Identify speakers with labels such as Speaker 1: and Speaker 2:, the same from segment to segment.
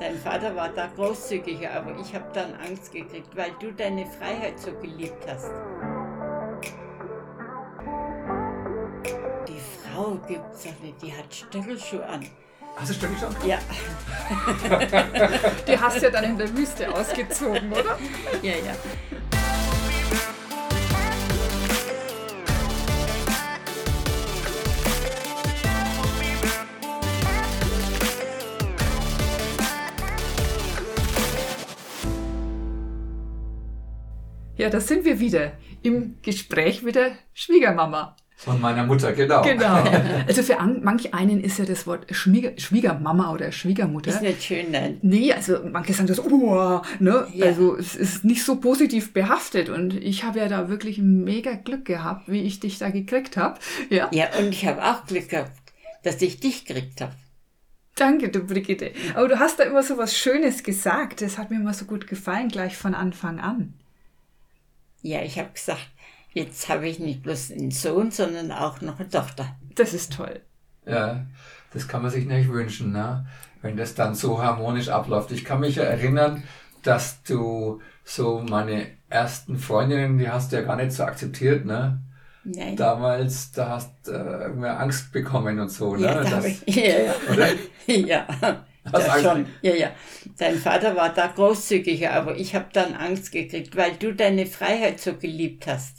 Speaker 1: Dein Vater war da großzügiger, aber ich habe dann Angst gekriegt, weil du deine Freiheit so geliebt hast. Die Frau gibt's doch nicht, die hat Stöckelschuhe an.
Speaker 2: Hast du Stöckelschuhe an?
Speaker 1: Ja,
Speaker 3: Die hast du ja dann in der Wüste ausgezogen, oder?
Speaker 1: ja, ja.
Speaker 3: Ja, da sind wir wieder. Im Gespräch mit der Schwiegermama.
Speaker 2: Von meiner Mutter, genau.
Speaker 3: Genau. Also für an, manch einen ist ja das Wort Schwieger, Schwiegermama oder Schwiegermutter.
Speaker 1: Ist nicht schön, nein.
Speaker 3: Nee, also manche sagen das, oh, ne?
Speaker 1: Ja.
Speaker 3: Also es ist nicht so positiv behaftet. Und ich habe ja da wirklich mega Glück gehabt, wie ich dich da gekriegt habe. Ja.
Speaker 1: Ja, und ich habe auch Glück gehabt, dass ich dich gekriegt habe.
Speaker 3: Danke, du Brigitte. Aber du hast da immer so was Schönes gesagt. Das hat mir immer so gut gefallen, gleich von Anfang an.
Speaker 1: Ja, ich habe gesagt, jetzt habe ich nicht bloß einen Sohn, sondern auch noch eine Tochter.
Speaker 3: Das ist toll.
Speaker 2: Ja, das kann man sich nicht wünschen, ne? wenn das dann so harmonisch abläuft. Ich kann mich ja erinnern, dass du so meine ersten Freundinnen, die hast du ja gar nicht so akzeptiert, ne?
Speaker 1: Nein.
Speaker 2: Damals, da hast du äh, irgendwie Angst bekommen und so, ne?
Speaker 1: Ja, da
Speaker 2: das,
Speaker 1: hab ich. Ja, ja.
Speaker 2: Oder?
Speaker 1: ja.
Speaker 2: Hast
Speaker 1: Ja,
Speaker 2: Angst?
Speaker 1: schon. ja, ja. Dein Vater war da großzügiger, aber ich habe dann Angst gekriegt, weil du deine Freiheit so geliebt hast.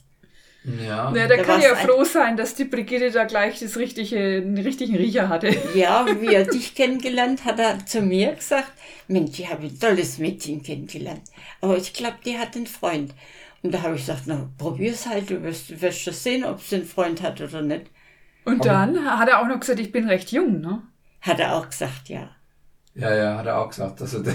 Speaker 2: Ja.
Speaker 3: Na, da
Speaker 1: Da
Speaker 3: kann
Speaker 1: war's
Speaker 3: ja
Speaker 1: ein-
Speaker 3: froh sein, dass die Brigitte da gleich das richtige, den richtigen Riecher hatte.
Speaker 1: Ja, und wie er dich kennengelernt hat, er zu mir gesagt, Mensch, ich habe ein tolles Mädchen kennengelernt. Aber ich glaube, die hat einen Freund. Und da habe ich gesagt, na, probier's halt, du wirst, du wirst schon sehen, ob sie einen Freund hat oder nicht.
Speaker 3: Und dann hat er auch noch gesagt, ich bin recht jung, ne?
Speaker 1: Hat er auch gesagt, ja.
Speaker 2: ja, ja, hat er auch gesagt. Also, der,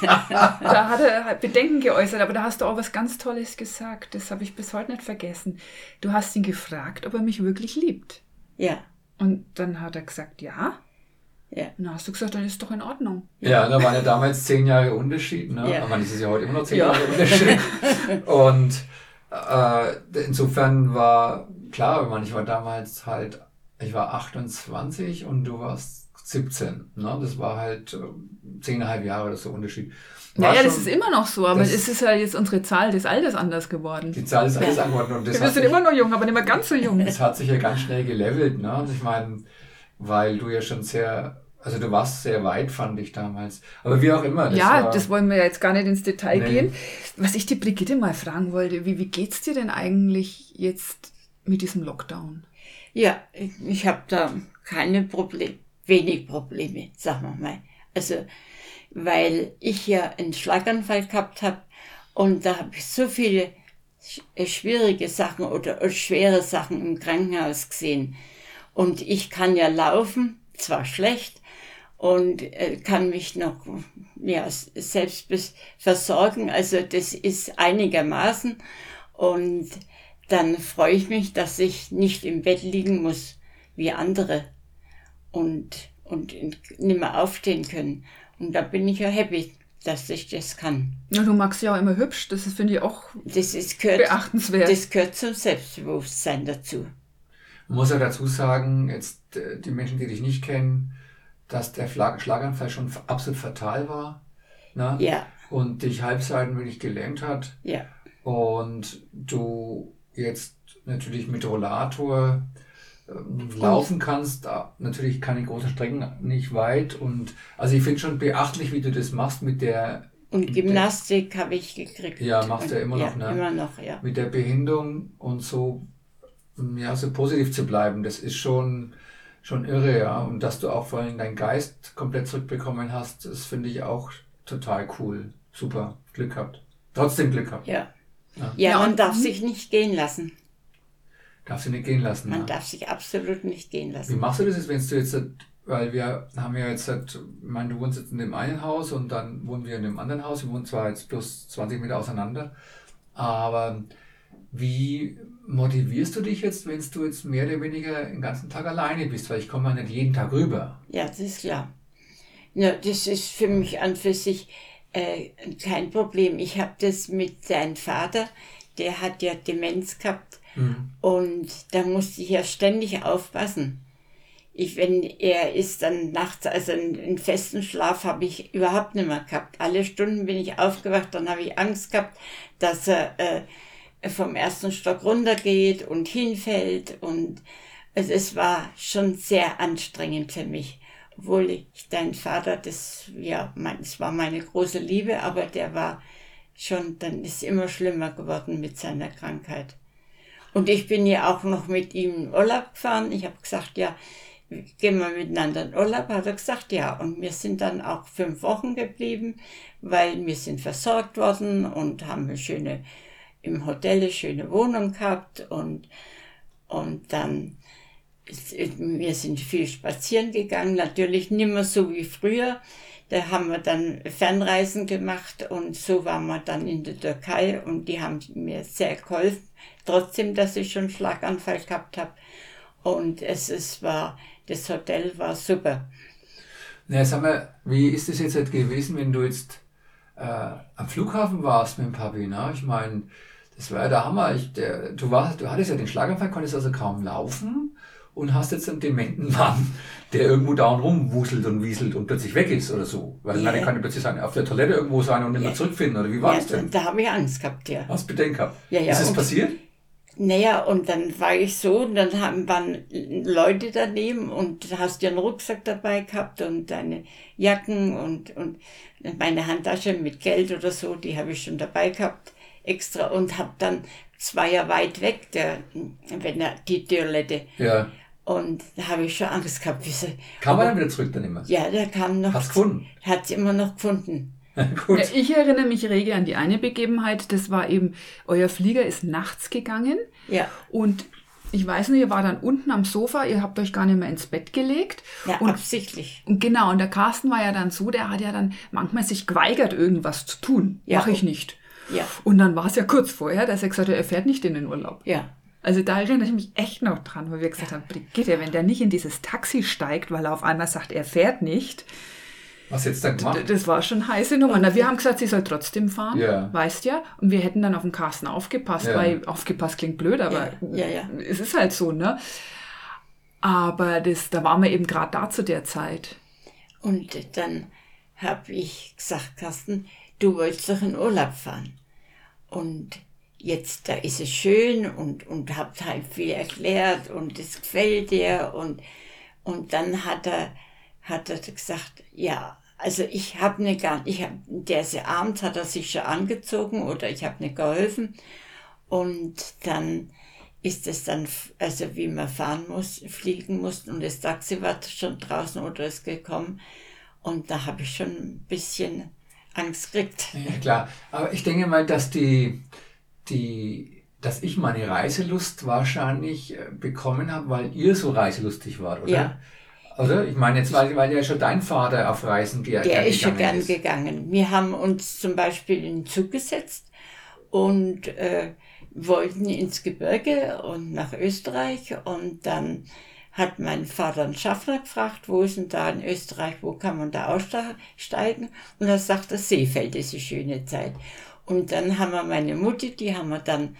Speaker 3: Da hat er halt Bedenken geäußert, aber da hast du auch was ganz Tolles gesagt. Das habe ich bis heute nicht vergessen. Du hast ihn gefragt, ob er mich wirklich liebt.
Speaker 1: Ja,
Speaker 3: Und dann hat er gesagt, ja.
Speaker 1: ja.
Speaker 3: Und dann hast du gesagt, dann ist doch in Ordnung.
Speaker 2: Ja, da waren ja damals zehn Jahre Unterschied. Ne?
Speaker 1: Ja.
Speaker 2: Ich meine, es ist ja heute immer noch zehn
Speaker 3: Ja.
Speaker 2: Jahre Unterschied. Und äh, insofern war, klar, ich meine, ich war damals halt, ich war 28 und du warst 17. Ne? Das war halt äh, zehneinhalb Jahre oder so Unterschied. War
Speaker 3: naja, das
Speaker 2: schon-
Speaker 3: ist immer noch so, aber
Speaker 2: das-
Speaker 3: es ist ja jetzt unsere Zahl des Alters anders geworden.
Speaker 2: Die Zahl ist alles angeordnet. und das
Speaker 3: Wir
Speaker 2: hat
Speaker 3: sind
Speaker 2: sich-
Speaker 3: immer noch jung, aber nicht mehr ganz so jung.
Speaker 2: Es hat sich ja ganz schnell gelevelt, ne? Und ich meine, weil du ja schon sehr, also du warst sehr weit, fand ich damals. Aber wie auch immer.
Speaker 3: Ja,
Speaker 2: war-
Speaker 3: das wollen wir ja jetzt gar nicht ins Detail
Speaker 2: Nee.
Speaker 3: gehen. Was ich die Brigitte mal fragen wollte, wie, wie geht's dir denn eigentlich jetzt mit diesem Lockdown?
Speaker 1: Ja, ich- ich habe da keine Probleme, wenig Probleme, sagen wir mal. Also, weil ich ja einen Schlaganfall gehabt habe und da habe ich so viele sch- äh, schwierige Sachen oder äh, schwere Sachen im Krankenhaus gesehen. Und ich kann ja laufen, zwar schlecht, und äh, kann mich noch ja, s- selbst bes- versorgen. Also das ist einigermaßen. Und dann freue ich mich, dass ich nicht im Bett liegen muss wie andere und, und in- nicht mehr aufstehen können. Und da bin ich ja happy, dass ich das kann.
Speaker 3: Ja, du magst ja auch immer hübsch, das finde ich auch
Speaker 1: Das ist gehört,
Speaker 3: beachtenswert.
Speaker 1: das gehört zum Selbstbewusstsein dazu.
Speaker 2: Man muss ja dazu sagen, jetzt äh, die Menschen, die dich nicht kennen, dass der Schlag Schlaganfall schon f- absolut fatal war. Ne?
Speaker 1: Ja,
Speaker 2: Und dich halbseitenwillig gelähmt hat.
Speaker 1: ja,
Speaker 2: Und du jetzt natürlich mit Rollator ähm, laufen kannst. Ah, Natürlich keine großen Strecken, nicht weit. Und also ich finde schon beachtlich, wie du das machst mit der,
Speaker 1: und Gymnastik habe ich gekriegt.
Speaker 2: Ja, machst du ja immer
Speaker 1: Und-
Speaker 2: noch,
Speaker 1: ja,
Speaker 2: ne?
Speaker 1: Immer noch, ja.
Speaker 2: mit der Behinderung und so, ja, so positiv zu bleiben, das ist schon, schon irre, ja. Und dass du auch vor allem deinen Geist komplett zurückbekommen hast, das finde ich auch total cool. Super. Glück gehabt. Trotzdem Glück gehabt.
Speaker 1: Ja.
Speaker 2: Ja.
Speaker 1: Ja,
Speaker 3: Ja,
Speaker 1: man
Speaker 3: und-
Speaker 1: darf sich nicht gehen lassen.
Speaker 2: Darfst du nicht gehen lassen. ne?
Speaker 1: Man
Speaker 2: ja.
Speaker 1: darf sich absolut nicht gehen
Speaker 2: Wie
Speaker 1: lassen.
Speaker 2: machst du das jetzt, wenn du jetzt, halt, weil wir haben ja jetzt, halt, ich meine, du wohnst jetzt in dem einen Haus und dann wohnen wir in dem anderen Haus. Wir wohnen zwar jetzt plus 20 Meter auseinander, aber wie motivierst du dich jetzt, wenn du jetzt mehr oder weniger den ganzen Tag alleine bist? Weil ich komme ja nicht jeden Tag rüber.
Speaker 1: Ja, das ist klar. Na, das ist für mich an für sich äh, kein Problem. Ich habe das mit seinem Vater, der hat ja Demenz gehabt und da musste ich ja ständig aufpassen. ich, wenn er ist, dann nachts, also einen, einen festen Schlaf habe ich überhaupt nicht mehr gehabt. Alle Stunden bin ich aufgewacht, dann habe ich Angst gehabt, dass er äh, vom ersten Stock runtergeht und hinfällt. Und also es war schon sehr anstrengend für mich. Obwohl ich dein Vater, das, ja, mein, es war meine große Liebe, aber der war schon, dann ist immer schlimmer geworden mit seiner Krankheit. Und ich bin ja auch noch mit ihm in Urlaub gefahren. Ich habe gesagt, ja, gehen wir miteinander in Urlaub, hat er gesagt, ja. Und wir sind dann auch fünf Wochen geblieben, weil wir sind versorgt worden und haben eine schöne, im Hotel eine schöne Wohnung gehabt und, und dann, wir sind viel spazieren gegangen, natürlich nicht mehr so wie früher. Da haben wir dann Fernreisen gemacht und so waren wir dann in der Türkei und die haben mir sehr geholfen, trotzdem, dass ich schon Schlaganfall gehabt habe. Und es, es war, das Hotel war super.
Speaker 2: Na, sag mal, wie ist es jetzt halt gewesen, wenn du jetzt äh, am Flughafen warst mit dem Papi? Ne? Ich meine, das war ja der Hammer. Ich, der, du, warst, du hattest ja den Schlaganfall, konntest also kaum laufen und hast jetzt einen dementen Mann, der irgendwo dauernd rumwuselt und wieselt und plötzlich weg ist oder so. Weil
Speaker 1: Ja.
Speaker 2: yeah. kann ja plötzlich sein, auf der Toilette irgendwo sein und nicht
Speaker 1: Ja.
Speaker 2: mehr zurückfinden. Oder wie war
Speaker 1: Ja,
Speaker 2: das denn?
Speaker 1: da habe ich Angst gehabt, ja.
Speaker 2: Hast Bedenken gehabt?
Speaker 1: Ja, ja,
Speaker 2: ist es
Speaker 1: und-
Speaker 2: passiert?
Speaker 1: Naja, und dann war ich so, und dann haben, waren Leute daneben und du hast ja einen Rucksack dabei gehabt und deine Jacken und, und meine Handtasche mit Geld oder so, die habe ich schon dabei gehabt extra und hab dann, es war ja weit weg, der, wenn er, die Toilette.
Speaker 2: Ja.
Speaker 1: Und da habe ich schon Angst gehabt. Wie so,
Speaker 2: Kann man dann wieder zurück dann immer?
Speaker 1: ja, da kam noch.
Speaker 2: Hast gefunden?
Speaker 1: Hat sie immer noch gefunden.
Speaker 2: Gut.
Speaker 3: Ja, ich erinnere mich rege an die eine Begebenheit, das war eben, euer Flieger ist nachts gegangen
Speaker 1: Ja.
Speaker 3: und ich weiß nicht, ihr war dann unten am Sofa, ihr habt euch gar nicht mehr ins Bett gelegt.
Speaker 1: Ja,
Speaker 3: und
Speaker 1: absichtlich.
Speaker 3: Und genau, und der Carsten war ja dann so, der hat ja dann manchmal sich geweigert, irgendwas zu tun.
Speaker 1: Ja.
Speaker 3: Mache ich nicht.
Speaker 1: Ja.
Speaker 3: Und dann war es ja kurz vorher, dass er gesagt hat, er fährt nicht in den Urlaub.
Speaker 1: Ja.
Speaker 3: Also da erinnere ich mich echt noch dran, weil wir gesagt haben, Brigitte, wenn der nicht in dieses Taxi steigt, weil er auf einmal sagt, er fährt nicht,
Speaker 2: Was jetzt dann
Speaker 3: d-
Speaker 2: gemacht?
Speaker 3: das war schon heiße Nummer. Na, wir haben gesagt, sie soll trotzdem fahren,
Speaker 2: Ja.
Speaker 3: weißt ja. Und wir hätten dann auf den Carsten aufgepasst,
Speaker 2: Ja.
Speaker 3: weil aufgepasst klingt blöd, aber
Speaker 1: Ja, ja, ja.
Speaker 3: es ist halt so, ne? Aber das, da waren wir eben gerade da zu der Zeit.
Speaker 1: Und dann habe ich gesagt, Carsten, du wolltest doch in Urlaub fahren. Und jetzt, da ist es schön und, und hab halt viel erklärt und es gefällt dir. Und, und dann hat er, hat er gesagt, ja, also ich habe ne gar, ich hab, der ist ja abends, hat er sich schon angezogen oder ich habe ne geholfen. Und dann ist es dann, f- also wie man fahren muss, fliegen mussten und das Taxi war schon draußen oder ist gekommen. Und da habe ich schon ein bisschen Angst gekriegt.
Speaker 2: Ja, klar. Aber ich denke mal, dass die, die, dass ich meine Reiselust wahrscheinlich äh, bekommen habe, weil ihr so reiselustig wart, oder?
Speaker 1: Ja.
Speaker 2: Oder? Ich meine, jetzt weil, weil ja schon dein Vater auf Reisen
Speaker 1: Der
Speaker 2: ge gern
Speaker 1: ist schon
Speaker 2: gegangen
Speaker 1: gern gegangen. Wir haben uns zum Beispiel in den Zug gesetzt und äh, wollten ins Gebirge und nach Österreich. Und dann hat mein Vater einen Schaffner gefragt, wo ist denn da in Österreich, wo kann man da aussteigen? Und er sagt, das Seefeld ist eine schöne Zeit. Und dann haben wir meine Mutti, die haben wir dann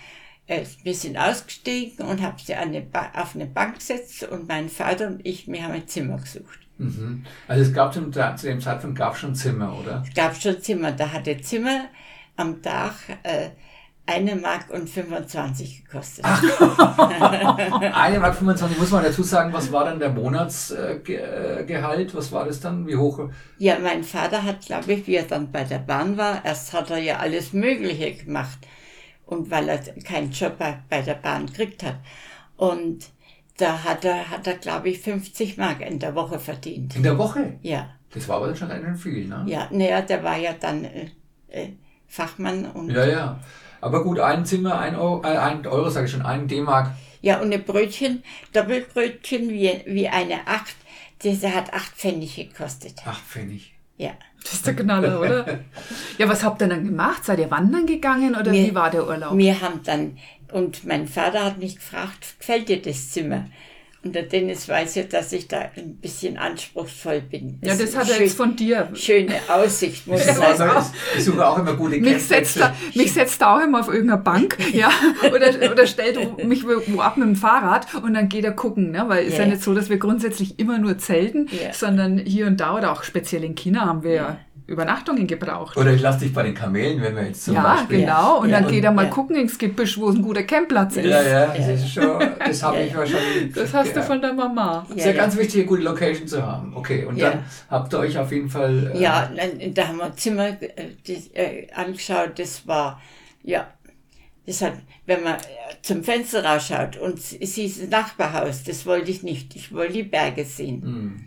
Speaker 1: äh, wir sind ausgestiegen und haben sie an eine Ba- auf eine Bank gesetzt und mein Vater und ich, wir haben ein Zimmer gesucht.
Speaker 2: Mhm. Also es gab zum, zu dem Zeitpunkt gab schon Zimmer, oder?
Speaker 1: gab schon Zimmer. Da hatte Zimmer am Tag äh, eine Mark und 25 gekostet.
Speaker 2: Eine Mark 25 muss man dazu sagen, was war dann der Monatsgehalt? Äh, Gehalt? was war das dann? Wie hoch?
Speaker 1: Ja, mein Vater hat, glaube ich, wie er dann bei der Bahn war, erst hat er ja alles Mögliche gemacht. Und weil er keinen Job bei, bei der Bahn gekriegt hat. Und da hat er, hat er glaube ich, 50 Mark in der Woche verdient.
Speaker 2: In der Woche?
Speaker 1: Ja,
Speaker 2: Das war aber dann schon ganz schön viel, ne?
Speaker 1: ja, naja, der war ja dann äh, äh, Fachmann und
Speaker 2: Ja, ja. Aber gut, ein Zimmer, ein Euro, äh, ein Euro sage ich schon, ein D-Mark.
Speaker 1: Ja, und ein Brötchen, Doppelbrötchen wie, wie eine Acht, das hat acht Pfennig gekostet.
Speaker 2: Ach, Pfennig.
Speaker 1: Ja.
Speaker 3: Das ist der Knaller, oder? Ja, was habt ihr dann gemacht? Seid ihr wandern gegangen oder
Speaker 1: Nee.
Speaker 3: wie war der Urlaub?
Speaker 1: Wir haben dann, und mein Vater hat mich gefragt, gefällt dir das Zimmer? Und der Dennis weiß ja, dass ich da ein bisschen anspruchsvoll bin.
Speaker 3: Ja,
Speaker 1: Es
Speaker 3: das
Speaker 1: ist
Speaker 3: hat er jetzt von dir.
Speaker 1: Schöne Aussicht, muss
Speaker 2: Ich
Speaker 1: ich
Speaker 2: suche, auch,
Speaker 1: sagen.
Speaker 2: immer- ich suche auch immer gute
Speaker 3: Mich setzt, da,
Speaker 2: Geldwechsel.
Speaker 3: mich setzt da auch immer auf irgendeiner Bank, ja, oder, oder stellt wo- mich wo ab mit dem Fahrrad und dann geht er gucken, ne? weil es ist ja
Speaker 1: Ja.
Speaker 3: nicht so, dass wir grundsätzlich immer nur zelten,
Speaker 1: Ja.
Speaker 3: sondern hier und da oder auch speziell in China haben wir ja. Übernachtungen gebraucht.
Speaker 2: Oder ich lasse dich bei den Kamelen, wenn wir jetzt zum
Speaker 3: ja,
Speaker 2: Beispiel.
Speaker 3: genau, und
Speaker 1: Ja.
Speaker 3: dann geht er mal
Speaker 1: Ja.
Speaker 3: gucken ins Gebüsch, wo ein guter Campplatz ist.
Speaker 2: Ja, ja, das ist schon, das habe ich wahrscheinlich.
Speaker 3: Das hast
Speaker 2: ja.
Speaker 3: du von der Mama.
Speaker 2: Ist ja,
Speaker 1: Ja, ja.
Speaker 2: ganz wichtig, eine gute Location zu haben. Okay, und
Speaker 1: Ja.
Speaker 2: dann habt ihr euch auf jeden Fall. äh,
Speaker 1: Ja, nein, da haben wir ein Zimmer äh, das, äh, angeschaut, das war, ja, das hat, wenn man äh, zum Fenster rausschaut und sie sie ist ein Nachbarhaus, das wollte ich nicht, ich wollte die Berge sehen.
Speaker 2: hm,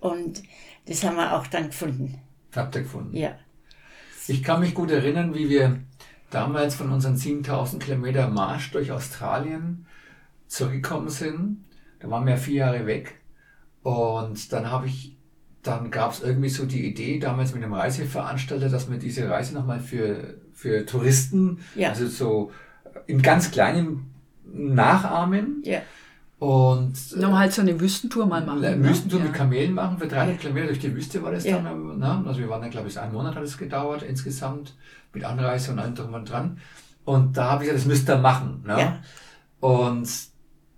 Speaker 1: Und das haben wir auch dann gefunden,
Speaker 2: Habt ihr gefunden.
Speaker 1: ja.
Speaker 2: Ich kann mich gut erinnern, wie wir damals von unseren 7000 Kilometer Marsch durch Australien zurückgekommen sind. Da waren wir vier Jahre weg. Und dann habe ich, dann gab es irgendwie so die Idee damals mit dem Reiseveranstalter, dass wir diese Reise nochmal für, für Touristen,
Speaker 1: Ja.
Speaker 2: also so in ganz kleinem nachahmen.
Speaker 1: ja.
Speaker 2: Und
Speaker 3: Nochmal halt so eine Wüstentour mal machen.
Speaker 2: Müssten
Speaker 3: ne?
Speaker 2: Wüsten
Speaker 3: ja.
Speaker 2: mit Kamelen machen, für 300 Kilometer durch die Wüste war das
Speaker 1: Ja.
Speaker 2: dann. Ne? Also wir waren dann, glaube ich, einen Monat hat es gedauert insgesamt, mit Anreise und allem drum und dran. Und da habe ich gesagt, das müsst ihr machen. Ne?
Speaker 1: Ja.
Speaker 2: Und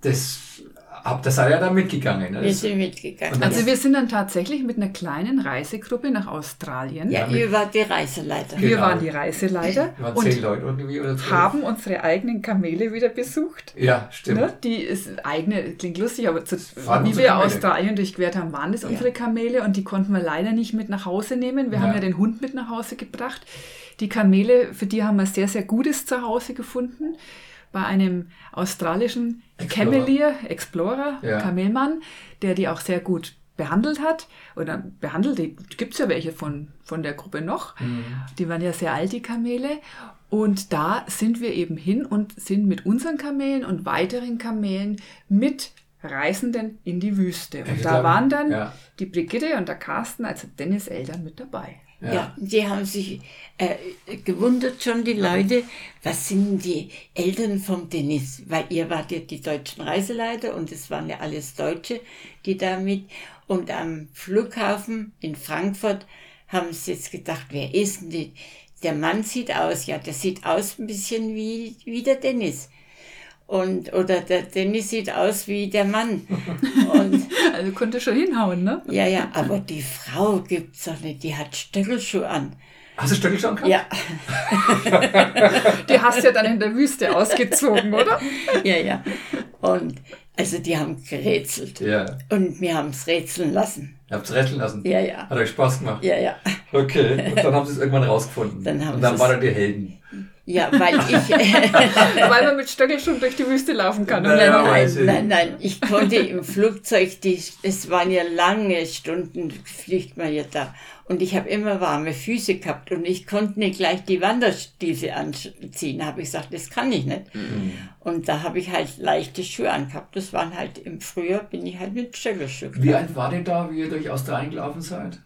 Speaker 2: das, hab, das sei ja dann mitgegangen. Ne?
Speaker 1: Wir
Speaker 2: Das,
Speaker 1: sind mitgegangen.
Speaker 2: Und
Speaker 3: Also wir sind dann tatsächlich mit einer kleinen Reisegruppe nach Australien.
Speaker 1: ja,
Speaker 2: mit-
Speaker 1: ihr wart die Reiseleiter.
Speaker 3: Wir
Speaker 2: Genau.
Speaker 3: waren die Reiseleiter
Speaker 2: wir waren zehn
Speaker 3: und
Speaker 2: Leute irgendwie oder zwölf.
Speaker 3: haben unsere eigenen Kamele wieder besucht.
Speaker 2: Ja, stimmt.
Speaker 3: Ne? Die ist eigene, klingt lustig, aber zu,
Speaker 2: waren
Speaker 3: wie
Speaker 2: unsere
Speaker 3: wir
Speaker 2: Kamele.
Speaker 3: Australien durchquert haben, waren das unsere Kamele und die konnten wir leider nicht mit nach Hause nehmen. Wir haben
Speaker 2: Ja.
Speaker 3: ja den Hund mit nach Hause gebracht. Die Kamele, für die haben wir sehr, sehr Gutes zu Hause gefunden. Bei einem australischen
Speaker 2: Explorer.
Speaker 3: Camelier, Explorer,
Speaker 2: Ja.
Speaker 3: Kamelmann, der die auch sehr gut behandelt hat. Oder behandelt, gibt es ja welche von, von der Gruppe noch.
Speaker 2: Mhm.
Speaker 3: Die waren ja sehr alt, die Kamele. Und da sind wir eben hin und sind mit unseren Kamelen und weiteren Kamelen mit Reisenden in die Wüste. Und
Speaker 2: Ich
Speaker 3: da
Speaker 2: glaub,
Speaker 3: waren dann
Speaker 2: ja.
Speaker 3: die Brigitte und der Carsten, also Dennis Eltern, mit dabei.
Speaker 1: Ja. die haben sich äh, gewundert schon, die Leute, was sind die Eltern vom Dennis? Weil ihr wart ja die deutschen Reiseleiter und es waren ja alles Deutsche, die damit. Und am Flughafen in Frankfurt haben sie jetzt gedacht, wer ist denn die? Der Mann sieht aus, ja, der sieht aus ein bisschen wie, wie der Dennis. Und, oder der Dennis sieht aus wie der Mann. Und
Speaker 3: Also konnte schon hinhauen, ne?
Speaker 1: ja, ja, aber die Frau gibt's doch nicht, die hat Stöckelschuh an.
Speaker 2: Hast du Stöckel schon gehabt?
Speaker 1: Ja,
Speaker 3: Die hast du ja dann in der Wüste ausgezogen, oder?
Speaker 1: ja, ja. Und also die haben gerätselt.
Speaker 2: Ja.
Speaker 1: Und wir haben's rätseln lassen.
Speaker 2: Ihr habt es retteln lassen.
Speaker 1: Ja, ja.
Speaker 2: Hat euch Spaß gemacht.
Speaker 1: Ja, ja.
Speaker 2: Okay. Und dann haben sie es irgendwann rausgefunden.
Speaker 1: Dann haben
Speaker 2: und dann
Speaker 1: sie's-
Speaker 2: waren dann die Helden.
Speaker 1: Ja, weil ich.
Speaker 3: Weil man mit Stöckel schon durch die Wüste laufen kann.
Speaker 2: Nein,
Speaker 3: Und
Speaker 2: Ja,
Speaker 1: Nein,
Speaker 2: weiß ich.
Speaker 1: nein, nein, nein, ich konnte im Flugzeug, die, es waren ja lange Stunden, fliegt man ja da. Und ich habe immer warme Füße gehabt und ich konnte nicht gleich die Wanderstiefel anziehen. Da habe ich gesagt, das kann ich nicht.
Speaker 2: Mhm.
Speaker 1: Und da habe ich halt leichte Schuhe angehabt. Das waren halt im Frühjahr, bin ich halt mit Stöckelschuhen.
Speaker 2: Wie alt wart ihr da, wie ihr durch Australien gelaufen seid?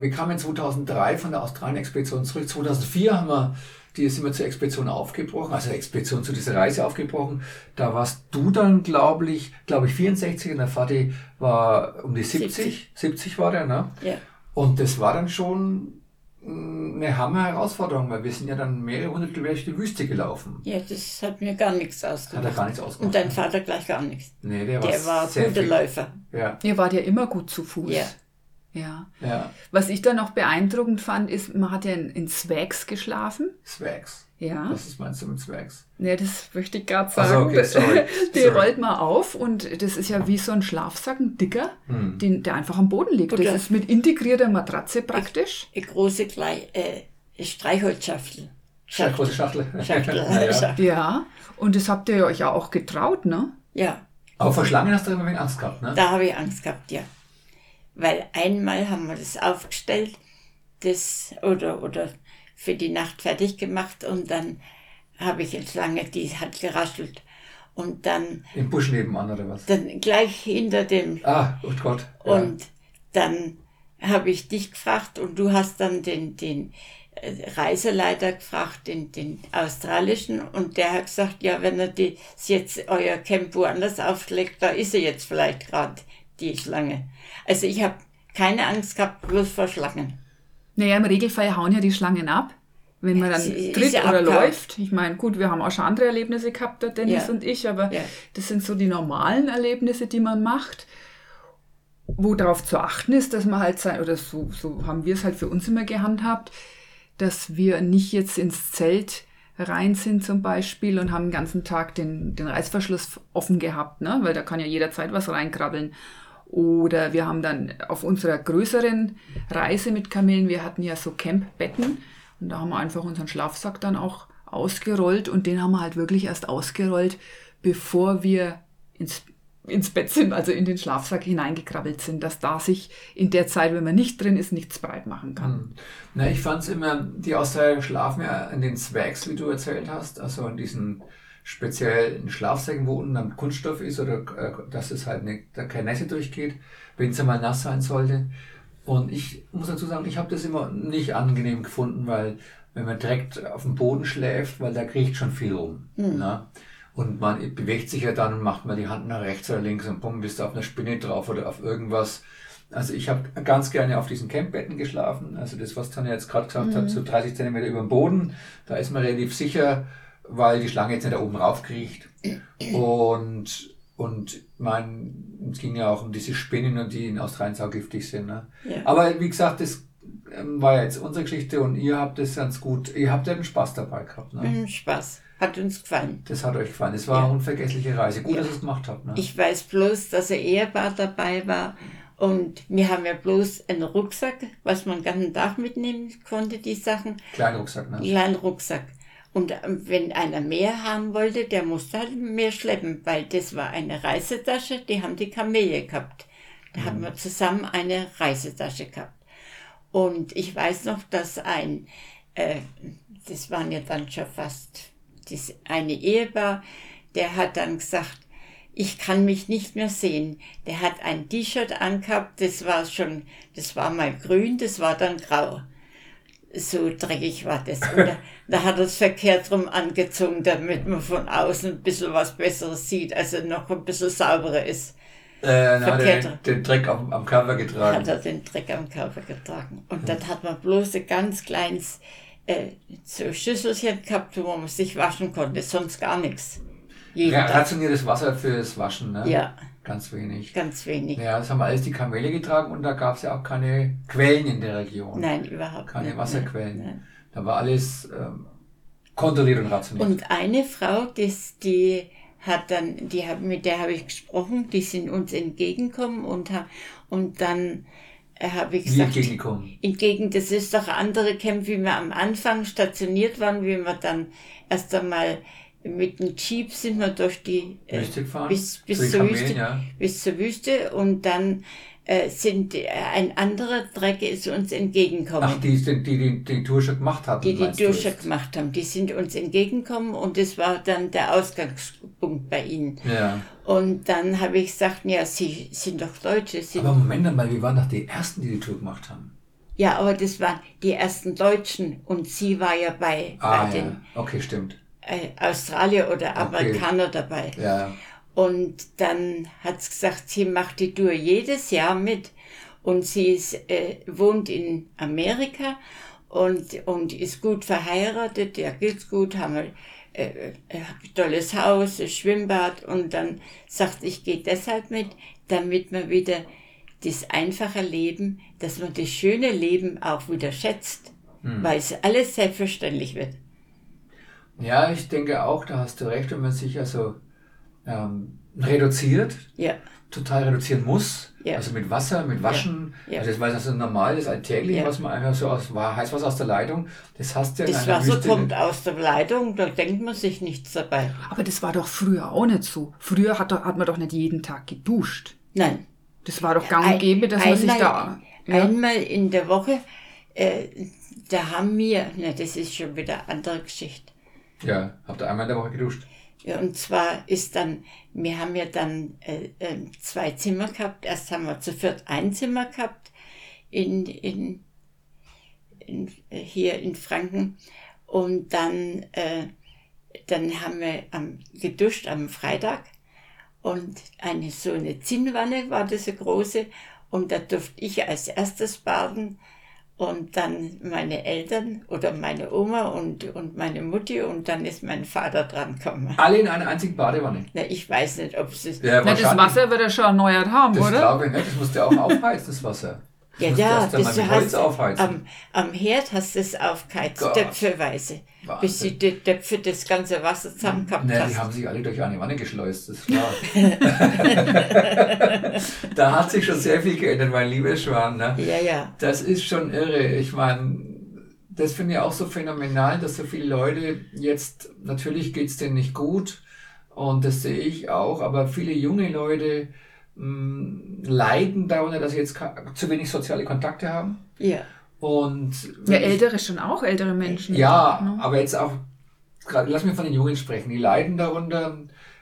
Speaker 2: Wir kamen 2003 von der Australien-Expedition zurück. 2004 haben wir, die sind wir zur Expedition aufgebrochen, also Expedition zu dieser Reise aufgebrochen. Da warst du dann, glaube ich, glaube ich 64 und der Vati war um die 70. 70,
Speaker 1: 70.
Speaker 2: war der, ne?
Speaker 1: Ja.
Speaker 2: Und das war dann schon mh, eine Hammer-Herausforderung, weil wir sind ja dann mehrere hundert Kilometer durch die Wüste gelaufen.
Speaker 1: ja, das hat mir gar nichts
Speaker 2: Hat er
Speaker 1: ausgemacht.
Speaker 2: gar nichts
Speaker 1: Und
Speaker 2: ausgemacht. ne?
Speaker 1: dein Vater gleich gar nichts.
Speaker 2: nee, der,
Speaker 1: Der war
Speaker 2: sehr
Speaker 1: guter
Speaker 2: fit.
Speaker 1: Läufer.
Speaker 2: Ja,
Speaker 3: Ihr wart ja immer gut zu Fuß.
Speaker 1: Ja.
Speaker 3: ja.
Speaker 2: ja.
Speaker 3: Was ich dann noch beeindruckend fand, ist, man hat ja in, in Zwags geschlafen.
Speaker 2: Zwergs.
Speaker 3: Ja.
Speaker 2: Was ist meinst du mit Zwergs?
Speaker 3: Ne, das möchte ich gerade
Speaker 2: Ach so,
Speaker 3: sagen.
Speaker 2: okay, sorry.
Speaker 3: Die
Speaker 2: Sorry.
Speaker 3: rollt man auf und das ist ja wie so ein Schlafsack, ein dicker,
Speaker 2: Hm.
Speaker 3: den, der einfach am Boden liegt. Das
Speaker 1: Oder-
Speaker 3: ist mit integrierter Matratze praktisch.
Speaker 1: Eine große Glei- äh, Streichholzschachtel.
Speaker 2: Schachtel. Große Schachtel.
Speaker 1: Schachtel.
Speaker 2: Ja, ja.
Speaker 3: Ja, und das habt ihr euch ja auch getraut, ne?
Speaker 1: ja.
Speaker 2: Aber vor Schlangen hast du immer wenig Angst gehabt, ne?
Speaker 1: Da habe ich Angst gehabt, ja. Weil einmal haben wir das aufgestellt, das oder, oder für die Nacht fertig gemacht und dann habe ich eine Schlange, die hat geraschelt. Und dann,
Speaker 2: Im Busch nebenan oder was?
Speaker 1: dann gleich hinter dem.
Speaker 2: Ah, oh Gott. Ja.
Speaker 1: Und dann habe ich dich gefragt und du hast dann den, den Reiseleiter gefragt, den, den australischen, und der hat gesagt, ja, wenn er die jetzt euer Camp woanders aufschlägt, da ist er jetzt vielleicht gerade die Schlange. Also ich habe keine Angst gehabt, bloß vor Schlangen.
Speaker 3: Naja, im Regelfall hauen ja die Schlangen ab, wenn man dann
Speaker 1: Sie-
Speaker 3: tritt
Speaker 1: ist ja
Speaker 3: oder
Speaker 1: abgehauen.
Speaker 3: läuft. Ich meine, gut, wir haben auch schon andere Erlebnisse gehabt, der Dennis
Speaker 1: Ja.
Speaker 3: und ich, aber
Speaker 1: Ja.
Speaker 3: das sind so die normalen Erlebnisse, die man macht, wo darauf zu achten ist, dass man halt sein, oder so, so haben wir es halt für uns immer gehandhabt, dass wir nicht jetzt ins Zelt rein sind zum Beispiel und haben den ganzen Tag den, den Reißverschluss offen gehabt, ne? weil da kann ja jederzeit was reinkrabbeln. Oder wir haben dann auf unserer größeren Reise mit Kamelen, wir hatten ja so Campbetten und da haben wir einfach unseren Schlafsack dann auch ausgerollt und den haben wir halt wirklich erst ausgerollt, bevor wir ins, ins Bett sind, also in den Schlafsack hineingekrabbelt sind, dass da sich in der Zeit, wenn man nicht drin ist, nichts breit machen kann.
Speaker 2: Hm. Na, ich fand's immer, die Australier schlafen ja in den Zwergs, wie du erzählt hast, also in diesen speziellen Schlafsäcken, wo unten dann Kunststoff ist oder äh, dass es halt nicht, da keine Nässe durchgeht, wenn es mal nass sein sollte. Und ich muss dazu sagen, ich habe das immer nicht angenehm gefunden, weil wenn man direkt auf dem Boden schläft, weil da kriecht schon viel rum. Ne? Und man bewegt sich ja dann und macht mal die Hand nach rechts oder links und bumm, bist du auf einer Spinne drauf oder auf irgendwas. Also ich habe ganz gerne auf diesen Campbetten geschlafen. Also das, was Tanja jetzt gerade gesagt
Speaker 1: Mhm.
Speaker 2: hat, so 30 Zentimeter über dem Boden, da ist man relativ sicher, weil die Schlange jetzt nicht da oben raufkriecht. Und, und mein, es ging ja auch um diese Spinnen und die in Australien saugiftig sind. Ne?
Speaker 1: Ja.
Speaker 2: Aber wie gesagt, das ähm, war ja jetzt unsere Geschichte und ihr habt es ganz gut, ihr habt ja den Spaß dabei gehabt. Ne?
Speaker 1: Mhm, Spaß. Hat uns gefallen.
Speaker 2: Das hat euch gefallen. Es war eine unvergessliche Reise. Gut, dass ihr es gemacht habt. Ne?
Speaker 1: Ich weiß bloß, dass ein Ehepaar dabei war und wir haben ja bloß einen Rucksack, was man den ganzen Tag mitnehmen konnte, die Sachen,
Speaker 2: Kleiner Rucksack, ne?
Speaker 1: einen kleinen Rucksack. Und ähm, wenn einer mehr haben wollte, der musste halt mehr schleppen, weil das war eine Reisetasche, die haben die Kamele gehabt. Da haben wir zusammen eine Reisetasche gehabt. Und ich weiß noch, dass ein, äh, das waren ja dann schon fast das eine Ehepaar, der hat dann gesagt, ich kann mich nicht mehr sehen. Der hat ein T-Shirt angehabt, das war schon, das war mal grün, das war dann grau. So dreckig war das. Und da, da hat er es verkehrt rum angezogen, damit man von außen ein bisschen was Besseres sieht, also noch ein bisschen sauberer ist.
Speaker 2: Äh, dann hat er den,
Speaker 1: Verkehrte.
Speaker 2: den Dreck am, am Körper getragen.
Speaker 1: Hat er den Dreck am Körper getragen. Und dann hat man bloß ein ganz kleines äh, so Schüsselchen gehabt, wo man sich waschen konnte, sonst gar nichts. Jeden
Speaker 2: Ra-
Speaker 1: Tag
Speaker 2: Rationiertes Wasser fürs Waschen, ne?
Speaker 1: Ja.
Speaker 2: Ganz wenig.
Speaker 1: ganz wenig.
Speaker 2: Ja, das haben alles die Kamele getragen und da gab es ja auch keine Quellen in der Region.
Speaker 1: Nein, überhaupt
Speaker 2: Keine
Speaker 1: nicht.
Speaker 2: Wasserquellen.
Speaker 1: Nein.
Speaker 2: Da war alles ähm, kontrolliert und rationiert.
Speaker 1: Und eine Frau, das, die hat dann, die hab, mit der habe ich gesprochen, die sind uns entgegengekommen und, ha- und dann äh, habe ich
Speaker 2: Wie
Speaker 1: gesagt,
Speaker 2: entgegengekommen.
Speaker 1: entgegen, das ist doch ein andere Camp, wie wir am Anfang stationiert waren, wie wir dann erst einmal mit dem Jeep sind wir durch die äh,
Speaker 2: Wüste gefahren?
Speaker 1: bis,
Speaker 2: Zu den
Speaker 1: bis, zur
Speaker 2: Kamelen,
Speaker 1: Wüste,
Speaker 2: ja.
Speaker 1: bis zur Wüste und dann äh, sind äh, ein anderer Dreck ist uns entgegengekommen
Speaker 2: Ach, die, die, die, die die Tour schon gemacht hatten,
Speaker 1: die die
Speaker 2: meinst du
Speaker 1: Tür
Speaker 2: jetzt?
Speaker 1: schon gemacht haben. Die sind uns entgegengekommen und das war dann der Ausgangspunkt bei ihnen.
Speaker 2: Ja.
Speaker 1: Und dann habe ich gesagt, ja, sie sind doch Deutsche. Sie,
Speaker 2: Aber Moment mal, wir waren doch die Ersten, die die Tour gemacht haben.
Speaker 1: ja, aber das waren die ersten Deutschen und sie war ja bei,
Speaker 2: Ah,
Speaker 1: bei
Speaker 2: ja.
Speaker 1: den
Speaker 2: Okay, stimmt.
Speaker 1: äh, Australier oder Amerikaner dabei.
Speaker 2: Ja.
Speaker 1: Und dann hat sie gesagt, sie macht die Tour jedes Jahr mit. Und sie ist, äh, wohnt in Amerika und, und ist gut verheiratet, ja, geht's gut, haben wir äh, äh, tolles Haus, ein Schwimmbad. Und dann sagt, sie, ich gehe deshalb mit, damit man wieder das einfache Leben, dass man das schöne Leben auch wieder schätzt, weil es alles selbstverständlich wird.
Speaker 2: Ja, ich denke auch, da hast du recht, wenn man sich also ähm, reduziert,
Speaker 1: Ja,
Speaker 2: total reduzieren muss,
Speaker 1: Ja.
Speaker 2: also mit Wasser, mit Waschen,
Speaker 1: Ja. Ja.
Speaker 2: also das war das so normal, das alltäglich,
Speaker 1: Ja.
Speaker 2: was man einfach so aus war, Heißwasser aus der Leitung, das hast du ja in
Speaker 1: das
Speaker 2: einer
Speaker 1: Wasser
Speaker 2: Wüste
Speaker 1: kommt
Speaker 2: nicht.
Speaker 1: aus der Leitung, da denkt man sich nichts dabei.
Speaker 3: Aber das war doch früher auch nicht so. Früher hat, doch, hat man doch nicht jeden Tag geduscht.
Speaker 1: Nein.
Speaker 3: Das war doch gang und gäbe, dass man sich da. Ja.
Speaker 1: Einmal in der Woche, äh, da haben wir, na, das ist schon wieder eine andere Geschichte.
Speaker 2: Ja, habt ihr einmal in der Woche geduscht.
Speaker 1: Ja, und zwar ist dann, wir haben ja dann äh, äh, zwei Zimmer gehabt. Erst haben wir zu viert ein Zimmer gehabt in, in, in, äh, hier in Franken. Und dann, äh, dann haben wir am, geduscht am Freitag. Und eine so eine Zinnwanne war diese große. Und da durfte ich als erstes baden. Und dann meine Eltern oder meine Oma und, und meine Mutti. Und dann ist mein Vater dran gekommen.
Speaker 2: Alle in einer einzigen Badewanne.
Speaker 1: Na, ich weiß nicht, ob es ist.
Speaker 2: Ja,
Speaker 3: Na, das Wasser wird er schon erneuert haben,
Speaker 2: Das
Speaker 3: oder?
Speaker 2: glaube ich nicht. Das musst du auch aufheizen, das Wasser. Das
Speaker 1: Ja,
Speaker 2: musst
Speaker 1: ja,
Speaker 2: du erst einmal
Speaker 1: das ähm,
Speaker 2: mit Holz
Speaker 1: hast
Speaker 2: aufheizen.
Speaker 1: am, am Herd hast du es aufgeheizt,
Speaker 2: Gott.
Speaker 1: töpfelweise. Bis
Speaker 2: Wahnsinn.
Speaker 1: die die Töpfe das ganze Wasser zusammen gehabt
Speaker 2: Ne, die
Speaker 1: hast.
Speaker 2: haben sich alle durch eine Wanne geschleust, das ist klar. da hat sich schon sehr viel geändert, mein lieber Schwan. Ne?
Speaker 1: Ja, ja.
Speaker 2: Das ist schon irre. Ich meine, das finde ich auch so phänomenal, dass so viele Leute jetzt, natürlich geht es denen nicht gut und das sehe ich auch, aber viele junge Leute mh, leiden darunter, dass sie jetzt ka- zu wenig soziale Kontakte haben.
Speaker 1: Ja,
Speaker 2: Und
Speaker 3: Ja,
Speaker 2: wenn ich-
Speaker 3: ältere schon auch, ältere Menschen.
Speaker 2: ja,
Speaker 3: Ne?
Speaker 2: aber jetzt auch, grad, lass mich von den Jungen sprechen, die leiden darunter,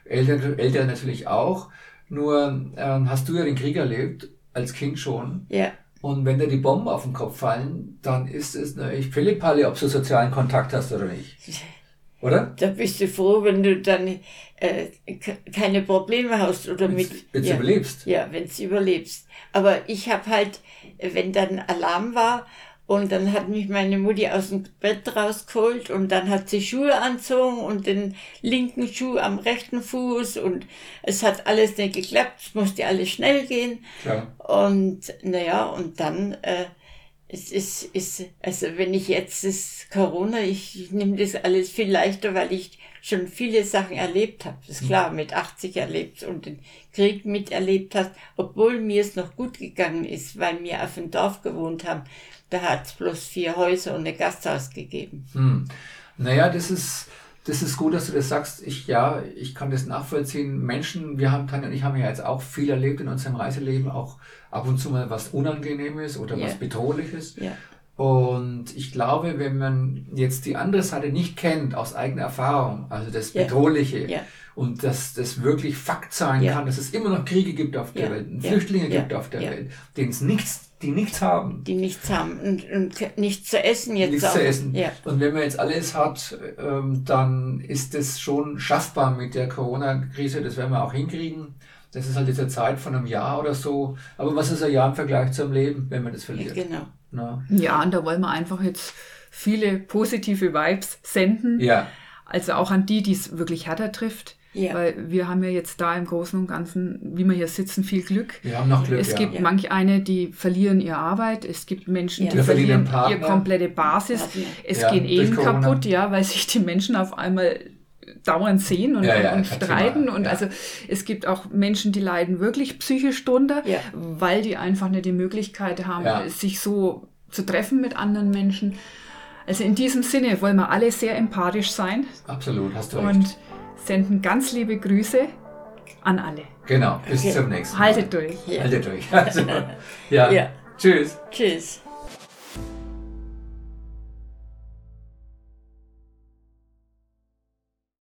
Speaker 2: Eltern, Eltern natürlich auch, nur ähm, hast du ja den Krieg erlebt, als Kind schon,
Speaker 1: ja,
Speaker 2: und wenn dir die Bomben auf den Kopf fallen, dann ist es natürlich Philippalle, ob du sozialen Kontakt hast oder nicht. Oder?
Speaker 1: da bist du froh, wenn du dann äh, ke- keine Probleme hast oder
Speaker 2: Wenn
Speaker 1: mit.
Speaker 2: du
Speaker 1: ja.
Speaker 2: überlebst.
Speaker 1: Ja, wenn du überlebst. Aber ich habe halt, wenn dann Alarm war und dann hat mich meine Mutti aus dem Bett rausgeholt und dann hat sie Schuhe anzogen und den linken Schuh am rechten Fuß und es hat alles nicht geklappt, es musste alles schnell gehen.
Speaker 2: Klar.
Speaker 1: Und naja, und dann, äh, es ist, ist, also wenn ich jetzt das Corona, ich nehme das alles viel leichter, weil ich schon viele Sachen erlebt habe. Das ist
Speaker 2: Mhm.
Speaker 1: klar, mit 80 erlebt und den Krieg miterlebt hast, obwohl mir es noch gut gegangen ist, weil wir auf dem Dorf gewohnt haben. Da hat es bloß vier Häuser und ein Gasthaus gegeben.
Speaker 2: Hm. Naja, das ist, das ist gut, dass du das sagst. Ich, ja, ich kann das nachvollziehen. Menschen, wir haben, Tanja und ich haben ja jetzt auch viel erlebt in unserem Reiseleben, auch ab und zu mal was Unangenehmes oder
Speaker 1: Ja.
Speaker 2: was Bedrohliches.
Speaker 1: Ja,
Speaker 2: Und ich glaube, wenn man jetzt die andere Seite nicht kennt, aus eigener Erfahrung, also das
Speaker 1: Ja.
Speaker 2: Bedrohliche,
Speaker 1: ja,
Speaker 2: Und dass das wirklich Fakt sein
Speaker 1: Ja.
Speaker 2: kann, dass es immer noch Kriege gibt auf der
Speaker 1: Ja.
Speaker 2: Welt, und
Speaker 1: Ja.
Speaker 2: Flüchtlinge
Speaker 1: Ja.
Speaker 2: gibt auf der
Speaker 1: Ja.
Speaker 2: Welt, denen es nichts, die nichts haben,
Speaker 1: die nichts haben und, und nichts zu essen jetzt
Speaker 2: nichts
Speaker 1: auch.
Speaker 2: zu essen.
Speaker 1: Ja,
Speaker 2: Und wenn man jetzt alles hat, ähm, dann ist das schon schaffbar mit der Corona-Krise, das werden wir auch hinkriegen. Das ist halt diese Zeit von einem Jahr oder so. Aber was ist ein Jahr im Vergleich zum Leben, wenn man das verliert? Ne?
Speaker 1: genau.
Speaker 2: Na?
Speaker 3: ja, und da wollen wir einfach jetzt viele positive Vibes senden.
Speaker 2: Ja,
Speaker 3: Also auch an die, die es wirklich härter trifft.
Speaker 1: Ja.
Speaker 3: Weil wir haben ja jetzt da im Großen und Ganzen, wie wir hier sitzen, viel Glück.
Speaker 2: wir haben noch Glück.
Speaker 3: Es
Speaker 2: ja.
Speaker 3: gibt manch eine, die verlieren ihre Arbeit. Es gibt Menschen,
Speaker 1: Ja.
Speaker 3: die
Speaker 2: Wir verlieren
Speaker 3: verlieren
Speaker 2: den Partner.
Speaker 3: ihre komplette Basis.
Speaker 1: Partner.
Speaker 3: Es
Speaker 2: Ja,
Speaker 3: gehen
Speaker 2: durch
Speaker 3: Ehen
Speaker 2: Corona.
Speaker 3: kaputt, ja, weil sich die Menschen auf einmal dauernd sehen und,
Speaker 2: Ja, ja,
Speaker 3: und
Speaker 2: kein Thema.
Speaker 3: streiten. Und
Speaker 2: Ja.
Speaker 3: also es gibt auch Menschen, die leiden wirklich psychisch drunter,
Speaker 1: Ja.
Speaker 3: weil die einfach nicht die Möglichkeit haben,
Speaker 2: Ja.
Speaker 3: sich so zu treffen mit anderen Menschen. Also in diesem Sinne wollen wir alle sehr empathisch sein
Speaker 2: Absolut, hast du recht.
Speaker 3: und senden ganz liebe Grüße an alle.
Speaker 2: Genau, bis
Speaker 1: Okay.
Speaker 2: zum nächsten Mal.
Speaker 3: Haltet durch.
Speaker 1: Ja.
Speaker 2: Haltet durch. Also, ja.
Speaker 1: Ja.
Speaker 2: Tschüss.
Speaker 1: Tschüss.